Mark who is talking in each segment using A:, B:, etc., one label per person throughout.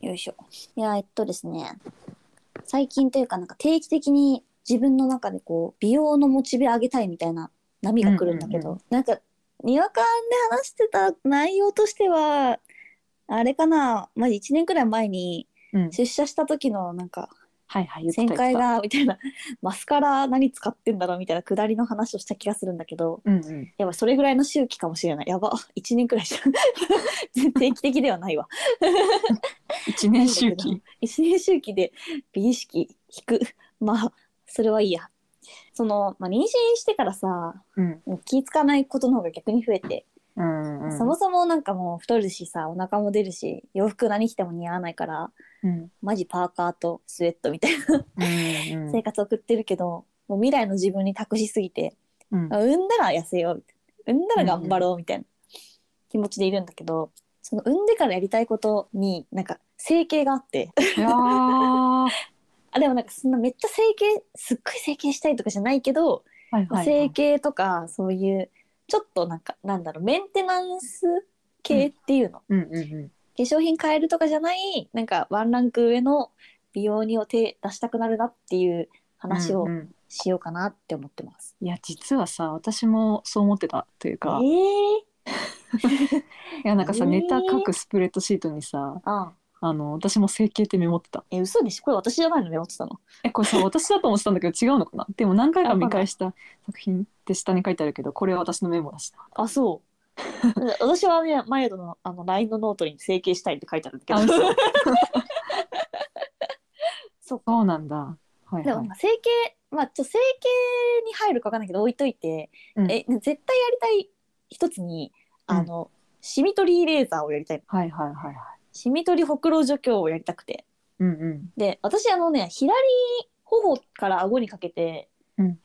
A: よいしょ。いや、えっとですね、最近というか、なんか定期的に自分の中でこう、美容のモチベ上げたいみたいな波が来るんだけど、
B: うんう
A: なんか、にわかんで話してた内容としては、あれかな、まあ、1年くらい前に
B: うん、
A: 出社した時のなんか、
B: はいはい言ってた
A: 旋
B: 言ってた
A: 回が、みたいな、 マスカラ何使ってんだろうみたいな下りの話をした気がするんだけど、
B: うんうん
A: やばいそれぐらいの周期かもしれないやば1年くらいじ ゃん定期的ではないわ
B: 一年周期
A: 1年周期で美意識引く まあそれはいいやその、まあ、妊娠してからさ
B: うん
A: もう気ぃつかないことの方が逆に増えて、
B: うんうん
A: そもそもなんかもう太るしさお腹も出るし洋服何着ても似合わないから
B: うん
A: マジパーカーとスウェットみたい
B: うん
A: な
B: う
A: 生活を送ってるけど、もう未来の自分に託しすぎて
B: ん
A: あ産んだら痩せようみたいな産んだら頑張ろうみたいな気持ちでいるんだけど、その産んでからやりたいことになんか整形があって
B: いやー
A: あでもなんかそんなめっちゃ整形すっごい整形したいとかじゃないけど、
B: はいはいは
A: 整
B: い
A: 形とかそういうちょっとなんかなんだろうメンテナンス系っていうの、化
B: うんうんうん
A: 粧品変えるとかじゃないなんかワンランク上の美容にを手出したくなるなっていう話を
B: うんうん
A: しようかなって思ってます。
B: いや実はさ私もそう思ってたというかい
A: ええ
B: やなんかさ
A: えー
B: ネタ書くスプレッドシートにさ
A: ああ
B: あの私も整形ってメモってた
A: え嘘でしょこれ私じゃないのメモってたの
B: え これさ私だと思ってたんだけど違うのかなでも何回か見返した作品って下に書いてあるけどこれは私のメモだし
A: あ、そう。 私はね、マイルドのあの LINE のノートに整形したいって書いてあるんだけ
B: なあ
A: ど。
B: 嘘
A: そう
B: そうなんだはい
A: で
B: は
A: も
B: い
A: まあ整形、まあ、ちょ整形に入るかわかんないけど置いといて、
B: うん
A: え絶対やりたい一つにあの、シミ取りレーザーをやりたい
B: はいはいはいはい
A: シミ取りほくろ除去をやりたくて
B: うんうん
A: で私あのね左頬から顎にかけて、
B: うん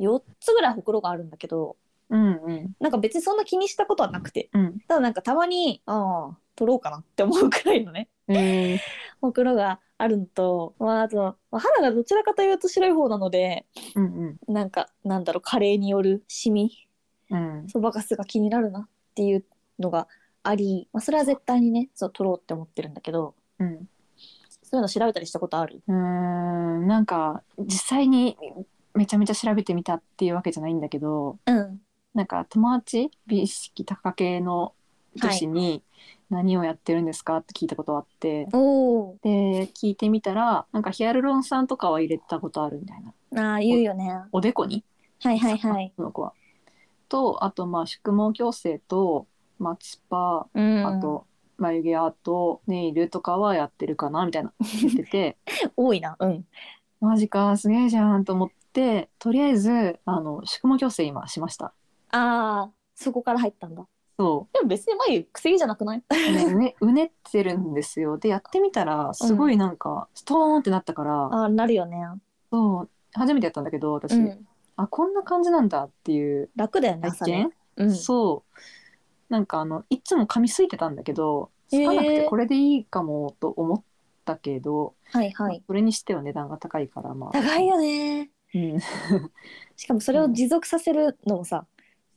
A: 4つぐらいほくろがあるんだけど
B: うんうん
A: なんか別にそんな気にしたことはなくて
B: うん
A: ただなんかたまにああ取ろうかなって思うくらいのね
B: えー
A: ほくろがあるのと、まあ、あと、まあ、肌がどちらかというと白い方なので
B: うん
A: なんかなんだろう加齢によるシミ
B: うんうん
A: そばかすが気になるなっていうのがあり、まあ、それは絶対にねそう取ろうって思ってるんだけど
B: うん
A: そういうの調べたりしたことある
B: うーんなんか実際にめちゃめちゃ調べてみたっていうわけじゃないんだけど
A: うん
B: なんか友達美意識高系の女子に何をやってるんですかって聞いたことあって、
A: おお
B: で聞いてみたらなんかヒアルロン酸とかは入れたことあるみたいな
A: ああ言うよねは
B: おでこに
A: いはいはい
B: その子は。とあとまあ宿毛矯正と、まあ、スパ
A: うん
B: あと眉毛アートネイルとかはやってるかなみたいな言ってて
A: 多いなうん
B: マジかすげえじゃんと思ってとりあえずあの宿毛矯正今しました。
A: ああそこから入ったんだ
B: そう
A: でも別に眉くせ毛じゃなくない
B: ねうね うねってるんですよでやってみたらすごいなんかストーンってなったから、
A: ああなるよね
B: そう初めてやったんだけど私、
A: うん
B: あこんな感じなんだっていう
A: 楽だよね朝
B: 体
A: ね
B: 験、
A: うん
B: そうなんかあのいつも噛みついてたんだけどつかなく
A: へ
B: て
A: ー
B: これでいいかもと思ったけど、
A: はいはい
B: それにしては値段が高いからまあ
A: 高いよね
B: うん、
A: しかもそれを持続させるのもさ、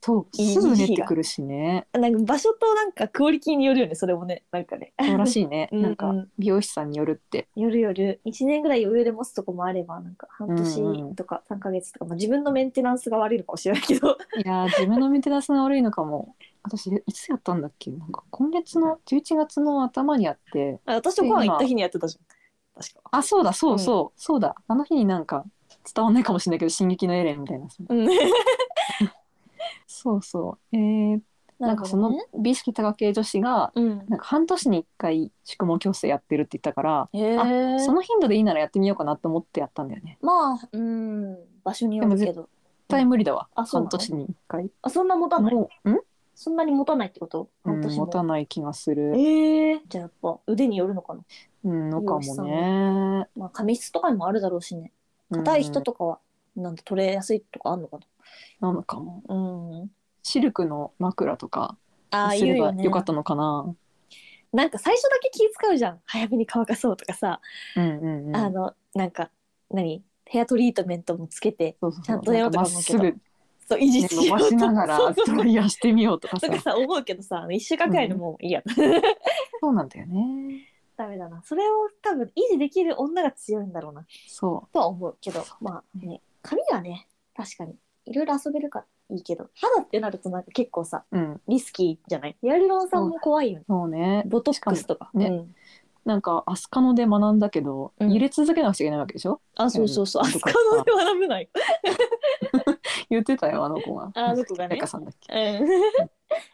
B: そう
A: いい
B: すぐうねってくる しね
A: なんか場所となんかクオリティによるよねそれもねなんかね
B: そうらしいね
A: うん
B: なんか美容師さんによるって
A: よるよる1年ぐらい余裕で持つとこもあればなんか半
B: うんうん
A: 年とか3ヶ月とか、まあ、自分のメンテナンスが悪いのかもしれない けど
B: いやー自分のメンテナンスが悪いのかも。私いつやったんだっけなんか今月の11月の頭にやって
A: あ私とご飯行った日にやってたじゃん確か
B: あそうだそうそう、そうだあの日になんか伝わんないかもしれないけど「進撃のエレン」みたいな
A: うん
B: そうそうえー、 なんかその美意識高系女子が
A: うん
B: なんか半年に1回宿毛矯正やってるって言ったから、
A: へえ
B: その頻度でいいならやってみようかなと思ってやったんだよね
A: まあうん場所によるけど
B: 絶対無理だわ、
A: あそうな
B: 半
A: の
B: 年に1回
A: あそんな持たない
B: もううん
A: そんなに持たないってこと半
B: うん
A: 年も、
B: 持たない気がする、
A: えー、じゃあやっぱ腕によるのかな
B: うん、のか
A: 美容師
B: も
A: さん
B: ね
A: まあ髪質とかにもあるだろうしね硬い人とかはなんて取れやすいとかあるのか
B: うんなのかも
A: なうん
B: シルクの枕とか
A: ああ
B: す
A: 言う
B: れば
A: よね
B: よかったのかな。
A: なんか最初だけ気使うじゃん早めに乾かそうとかさ、
B: うんうんうん。
A: あのなんか何ヘアトリートメントもつけて
B: そうそうそう
A: ちゃんとやろうと
B: な
A: か
B: んか
A: 思
B: ま
A: う
B: っ
A: けど
B: すぐ、ね、
A: そういじって
B: 伸ばしなが
A: そ
B: ら
A: うそうそう
B: ドライヤーしてみようとかさ
A: とかさ思うけどさ一週間くらいのもういいや、
B: そうなんだよね。
A: ダメだなそれを多分維持できる女が強いんだろうな
B: そ
A: とは思うけどまあね髪はね確かにいろいろ遊べるからいいけど肌ってなるとなんか結構さ
B: う。うん。
A: リスキーじゃないヒアルロン酸も怖いよね
B: そうね。
A: ボトックスとか
B: しかもね
A: うん
B: なんか、アスカノで学んだけど、
A: うん
B: 揺れ続けなくちゃいけないわけでしょ
A: あそうそうそう
B: う
A: あ
B: ん
A: そこので学ぶない
B: 言ってたよ、あの子が。
A: あの子がね
B: レカさんだっけ
A: うん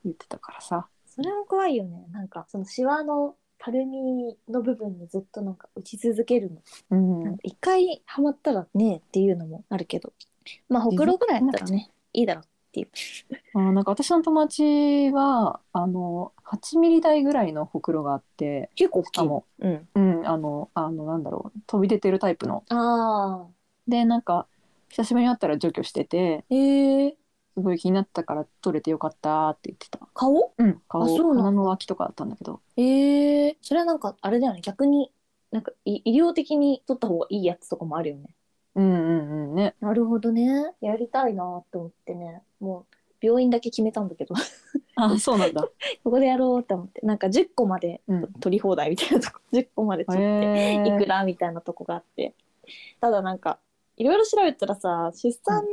B: 言ってたからさ。
A: それも怖いよねなんかそのシワのたるみの部分にずっとなんか打ち続けるの
B: うん。
A: 一回ハマったらねっていうのもあるけどまあほくろぐらいだったらねいいだろうっていう
B: あーなんか私の友達は、あの、8ミリ台ぐらいのほくろがあって、
A: 結構大
B: しかも、
A: うん
B: うん、あの、あの、なんだろう、飛び出てるタイプの。
A: ああ
B: で、なんか、久しぶりに会ったら除去してて、
A: ええ
B: すごい気になったから取れてよかったって言ってた。
A: 顔
B: うん、顔、
A: あそうなんだ
B: 鼻の脇とかだったんだけど。
A: ええそれはなんかあれだよね逆になんかい医療的に取った方がいいやつとかもあるよね
B: うんうんうんね。
A: なるほどねやりたいなと思ってねもう病院だけ決めたんだけど
B: あ、そうなんだ。
A: ここでやろうって思ってなんか10個まで
B: うん。
A: 取り放題みたいなとこ10個まで取って
B: へー
A: いくらみたいなとこがあってただなんかいろいろ調べたらさ出産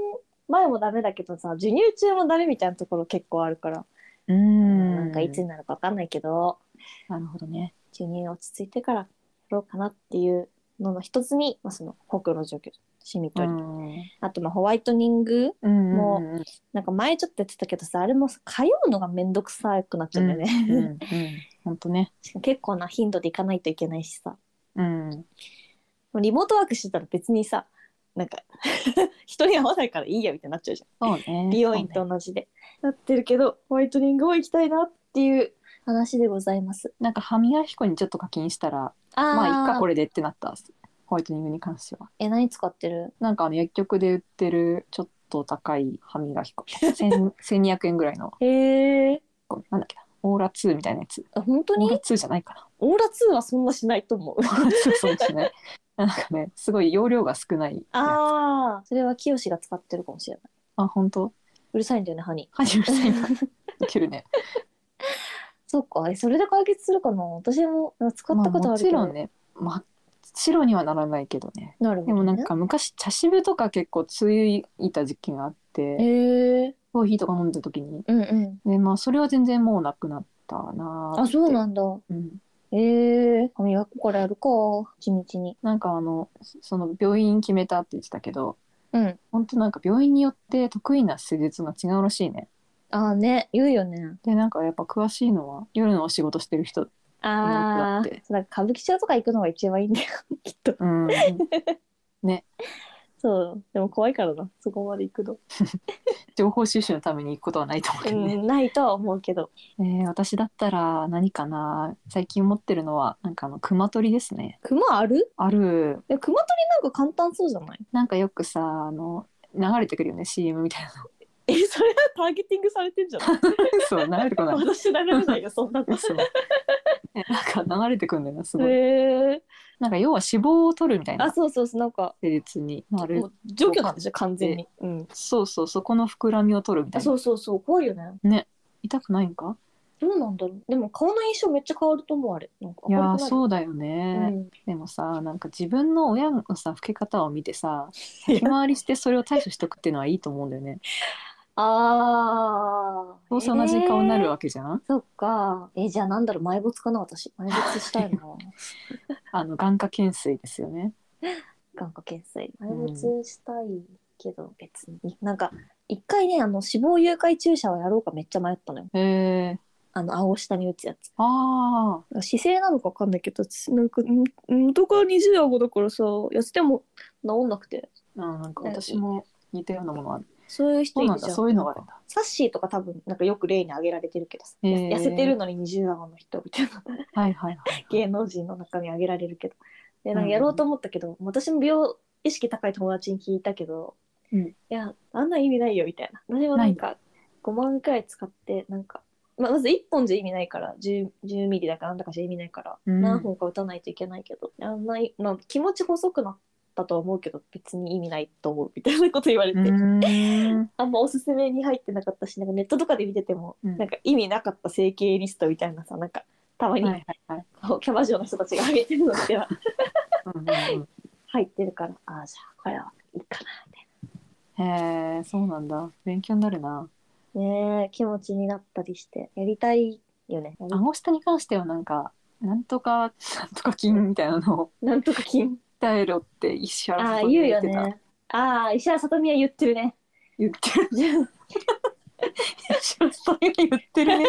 A: 前もダメだけどさ授乳中もダメみたいなところ結構あるから、
B: うー
A: なんんかいつになるか分かんないけど
B: なるほどね。
A: 授乳落ち着いてからやろうかなっていうのの一つに、まあ、そのほくろ除去シミ
B: う
A: 取り、
B: ん。
A: あとまあホワイトニング
B: うん
A: も
B: うんうん
A: なんか前ちょっとやってたけどさあれもさ通うのがめんどくさくなっちゃうんだよね、
B: うんうん。本当ね。
A: しかも結構な頻度で行かないといけないしさ
B: うん。
A: もうリモートワークしてたら別にさなんか 人に会わないからいいやみたいになっちゃうじゃん
B: そうね。
A: 美容院
B: そう
A: と
B: ね
A: 同じで、なってるけどホワイトニングを行きたいなっていう話でございます
B: なんか歯磨き粉にちょっと課金したら、
A: あー
B: まあいっかこれでってなった。ホワイトニングに関しては。
A: え何使ってる
B: なんかあの薬局で売ってるちょっと高い歯 磨き粉。千千二百円ぐらいの。
A: へえ
B: なんだっけな。オーラ2みたいなやつ。
A: 本当
B: オーラ
A: に
B: 2じゃないかな。
A: オーラ2はそんなしないと思う
B: オーラ2そう ですね。なんかね、すごい容量が少ないやつ。
A: ああそれは清が使ってるかもしれない
B: あ、本当。
A: うるさいんだよね歯に
B: 歯にうるさいな。いけるね。
A: そっかえそれで解決するかな私もなんか使ったことあるけど、
B: まあもちろんね真っ白にはならないけどね
A: なるほど、ね、
B: でもなんか昔茶渋とか結構ついた時期があって
A: へえ
B: コーヒーとか飲んだ時に
A: うんうん
B: でまあそれは全然もうなくなったなー
A: あ
B: って
A: そうなんだ
B: うん
A: へえ歯磨き粉からやるか地道に
B: なんかあのその病院決めたって言ってたけど
A: うん
B: 本当なんか病院によって得意な施術が違うらしいね
A: ああね言うよね
B: でなんかやっぱ詳しいのは夜のお仕事してる人
A: あ
B: なん
A: あ
B: かだって
A: なんか歌舞伎町とか行くのが一番いいんだよ きっと
B: うん
A: そうでも怖いからなそこまで行くの、
B: 情報収集のために行くことはないと思うけどね、
A: うん、ないとは思うけど
B: えー私だったら何かな最近持ってるのはなんかあの熊取りですね
A: 熊ある
B: ある
A: え熊取りなんか簡単そうじゃない
B: なんかよくさあの流れてくるよね CM みたいな
A: えそれはターゲティングされてんじゃない
B: そう流れてこない
A: 私流れないよそんなの
B: そうえなんか流れてくんだよなすごい
A: へえ
B: なんか要は脂肪を取るみたい
A: あ
B: な
A: そうそうそうなんか
B: 施術にな
A: も
B: る
A: う除去なんでしょ完全に、うん、
B: そうそうそこの膨らみを取るみた
A: あ
B: いな
A: そうそうそう怖いよね
B: 痛くないんか
A: どうなんだろうでも顔の印象めっちゃ変わると思うあれなんか
B: いや
A: 明る
B: ー
A: くなる
B: そうだよ
A: う
B: ね、
A: ん、
B: でもさなんか自分の親のさ老け方を見てさ先回りしてそれを対処しとくっていうのはいいと思うんだよね
A: ああ
B: どうせ同じ顔になるわけじゃん
A: そっか。え、じゃあなんだろう、埋没かな、私。埋没したいな。
B: あの眼科検水ですよね。
A: 眼科検水。埋没したいけど、別に。なんか、一回ね、あの、死亡誘拐注射をやろうかめっちゃ迷ったのよ。
B: へえ。
A: あの、青下に打つやつ。
B: ああ。
A: 姿勢なのかわかんないけど、なんか、ん元から20顎だからさ、痩せても治んなくて。
B: ななんか私も似たようなものある。
A: そういう人
B: そう
A: い
B: な
A: る
B: ん
A: じゃ
B: だ。
A: ん。
B: そういうのがあるんだ。
A: サッシーとか多分、なんかよく例に挙げられてるけどさ、
B: へー
A: 痩せてるのに20顎の人みたいな。
B: はいは いはい。
A: 芸能人の中に挙げられるけどでなんかやろうと思ったけど、私も美容意識高い友達に聞いたけど、
B: うん
A: いやあんな意味ないよみたいな私もなんか5万くらい使ってなんか、まあ、まず1本じゃ意味ないから 10, 10ミリだからなんだかじゃ意味ないから、
B: うん
A: 何本か打たないといけないけどあんない、まあ、気持ち細くなったとは思うけど別に意味ないと思うみたいなこと言われ
B: う
A: て、
B: ーん。
A: あんまおすすめに入ってなかったしなんかネットとかで見てても、
B: うん
A: なんか意味なかった整形リストみたいなさなんかたま
B: はい
A: に、
B: はいはい。
A: こうキャバ嬢の人たちが上げてるのでは
B: うんうん
A: 入ってるからああじゃあこれはいいかなみたい
B: うん、へえ、そうなんだ。勉強になるな。
A: なねえ気持ちになったりしてやりたいよね
B: 顎下に関してはなんか、なんとか、なんとか金みたいなのを
A: なんとか金
B: 鍛えろって石原
A: あ
B: さ
A: あ
B: とみ
A: 言
B: が
A: う
B: 言
A: よ
B: ってた。
A: ねああ石原さとみは言ってるね
B: 言ってる。石原さとみが言っ てるね。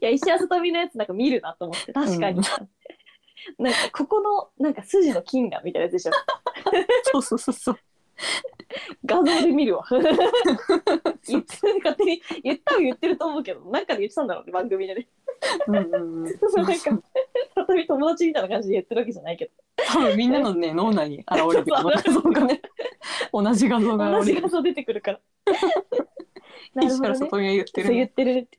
A: いや石原さとみのやつなんか見るなと思って確かに、なんかここのなんか筋の筋がみたいなやつでしょ
B: そうそうそうそう。
A: 画像で見るわ言って勝手に言ったも言ってると思うけどなんかで言ってたんだろうね番組でね
B: うんうんうん。
A: なんかさとみ友達みたいな感じで言ってるわけじゃないけど
B: 多分みんなのね脳内に現れてる画像がね同じ画像が
A: 同
B: 現
A: じ
B: れ
A: 画
B: てる
A: 像出てくる からなる
B: 石
A: ほど
B: 原
A: ね
B: さとみが言って
A: そう言っ
B: る
A: てるって。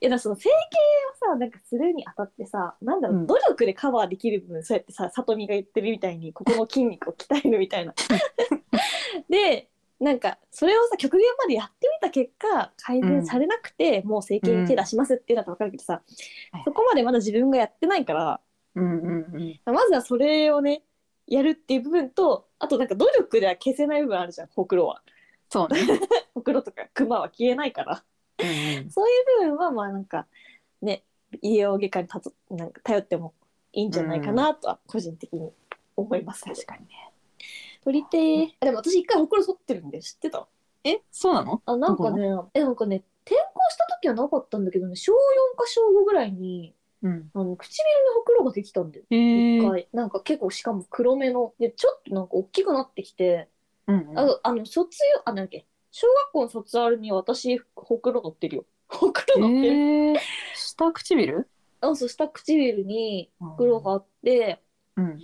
A: いやだからその整形をさなんかするにあたってさなんだろう、
B: うん
A: 努力でカバーできる分そうやってささとみが言ってるみたいにここの筋肉を鍛えるみた いな。でなんかそれをさ極限までやってみた結果改善されなくて、もう整形に手出しますっていうのは分かるけどさ、
B: はい
A: そこまでまだ自分がやってないから
B: うんうんうん
A: まずはそれをねやるっていう部分とあとなんか努力では消せない部分あるじゃんほくろは。
B: そう ね
A: ほくろとかクマは消えないから。
B: うん
A: そういう部分はまあなんかね医療外科にたとなんか頼ってもいいんじゃないかなとは個人的に思いますけ
B: うん
A: ど、
B: 確かにね
A: 取りてでも私一回ほくろ剃ってるんで知ってた
B: えそうなの
A: あなんかねえなんかね転校した時はなかったんだけどね小4か小5ぐらいに
B: うん
A: あの唇にほくろができたんだよ
B: へ
A: 一
B: えうん
A: 回なんか結構しかも黒目のでちょっとなんか大きくなってきて、
B: うん
A: あのあの卒業あなんだっけ小学校の卒アルに私ほくろ乗ってるよ ほくろ乗ってる、
B: へえ下唇
A: あそう下唇に
B: ほ
A: 袋があって、
B: うん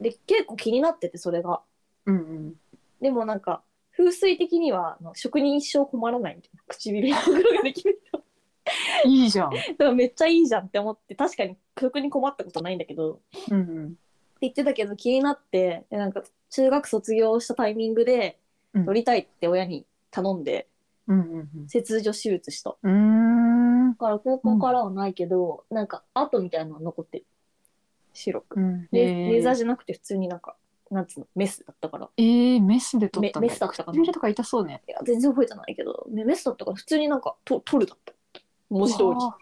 A: で結構気になっててそれが
B: うんうん
A: でもなんか風水的にはあの職人一生困らないみたいな唇に袋ができる 人
B: いいじゃん
A: だからめっちゃいいじゃんって思って確かに曲に困ったことないんだけどって
B: うんうん
A: 言ってたけど気になってでなんか中学卒業したタイミングで
B: うん
A: 乗りたいって親に頼んで
B: うんうん
A: 切除手術しただ
B: うんう
A: から高校からはないけど、なんか跡みたいなの残ってる白く
B: ーん
A: で
B: へ
A: レーザーじゃなくて普通になんかなんつうのメスだったから
B: えーメスで取ったの
A: メメスだったかな
B: 唇とか痛そうね
A: いや全然覚えてないけどメメスだったから普通になんかと取るだった文字通り
B: あ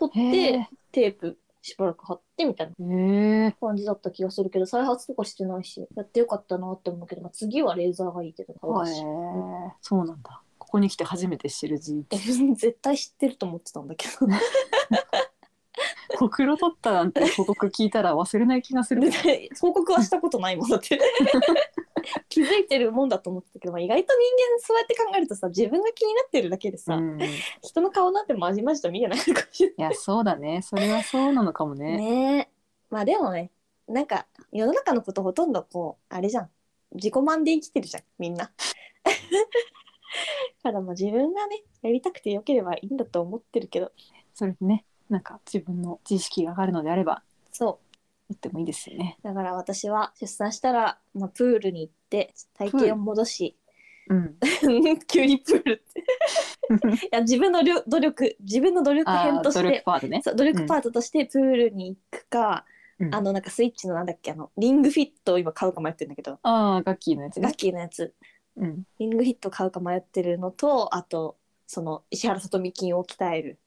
A: 取
B: ー
A: って
B: へ
A: テープしばらく貼ってみたいな
B: え
A: 感じだった気がするけど再発とかしてないしやってよかったなって思うけど、まあ、次はレーザーがいいけど顔だし
B: へえそうなんだここに来て初めて知 る G
A: え絶対知ってると思ってたんだけど
B: ほくろ取ったなんて報告聞いたら忘れない気がす る
A: 報告はしたことないもんだって 気づいてるもんだと思ってたけど、まあ、意外と人間そうやって考えるとさ自分が気になってるだけでさ、
B: うん、い
A: 人の顔なんてまじまじと見てないのかもしれない
B: やそうだねそれはそうなのかもね
A: ねえまあでもねなんか世の中のことほとんどこうあれじゃん自己満で生きてるじゃんみんな。 からまあ自分がねやりたくてよければいいんだと思ってるけど
B: それにねなんか自分の知識が上がるのであれば
A: そ
B: 言ってもいいですよね
A: うだから私は出産したら、まあ、プールに行って体型を戻し
B: うん
A: 急にプールっていや自分のりょ努力自分の努力
B: あ
A: 編
B: ー
A: と
B: 努
A: し
B: 力
A: て
B: パートね
A: そう努力パートとしてプールに行くか、
B: うん
A: あのなんかスイッチのなんだっけあのリングフィットを今買うか迷ってるんだけど
B: ああガッキーのやつ
A: ガ
B: ね
A: ッキーのやつ
B: うん
A: リングヒット買うか迷ってるのとあとその石原さとみ筋を鍛える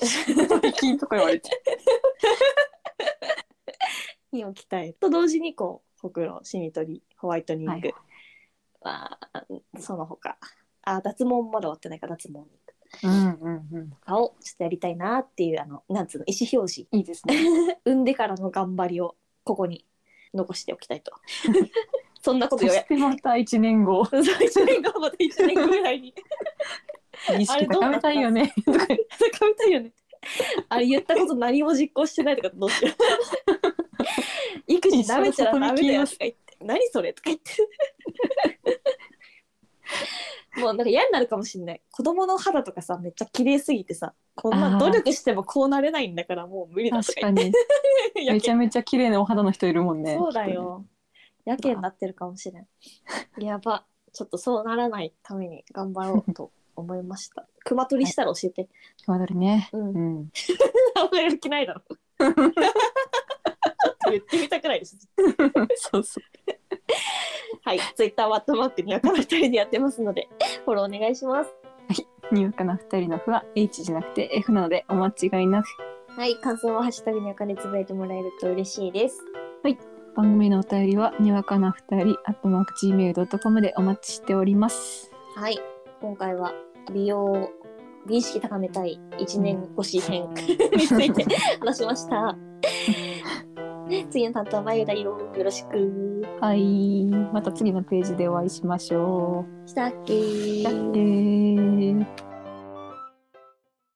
B: 最近とか言われて
A: 筋を鍛えると同時にこうほくろシミ取りホワイトニング、
B: はい
A: まあ、その他あ脱毛まだ終わってないから脱毛に行く
B: うんうんうん
A: とかをちょっとやりたいなっていうあのなんつうの意思表示
B: いいですね
A: 産んでからの頑張りをここに残しておきたいとそんなこ
B: そ
A: とよ
B: し
A: や
B: てまた一年後
A: 1年後また1年後ぐらいに
B: 意識高めたいよねとか言って
A: 高めたいよねあれ言ったこと何も実行してないとかどうしよう育児なめちゃダメだよとか言って何それとか言ってもうなんか嫌になるかもしんない子供の肌とかさめっちゃ綺麗すぎてさこんな努力してもこうなれないんだからもう無理だと
B: 確
A: か言
B: か
A: っ
B: に
A: て や
B: めち
A: け
B: ゃめちゃ綺麗なお肌の人いるもんね
A: そうだよや けになってるかもしれんやばちょっとそうならないために頑張ろうと思いました。 熊取りしたら教えて。
B: 熊取りね。
A: う。
B: うんん。
A: あんまやる気ないだろ。言ってみたくらいです。
B: そうそう。
A: はい。ツイッターワットマークに赤の二人でやってますので、フォローお願いします。
B: にわかな二人のふは H じゃなくて F なのでお間違いなく。
A: はい。感想はハッシュタグに赤でつぶやいてもらえると嬉しいです。
B: 番組のお便りはにわかな二人アットマーク gmail.com でお待ちしております。
A: はい。今回は美容、美意識高めたい1年越し編 について話しました。 次の担当はまゆだよ。よろしく。
B: はい。また次のページでお会いしましょ
A: したっけ
B: う。だっけー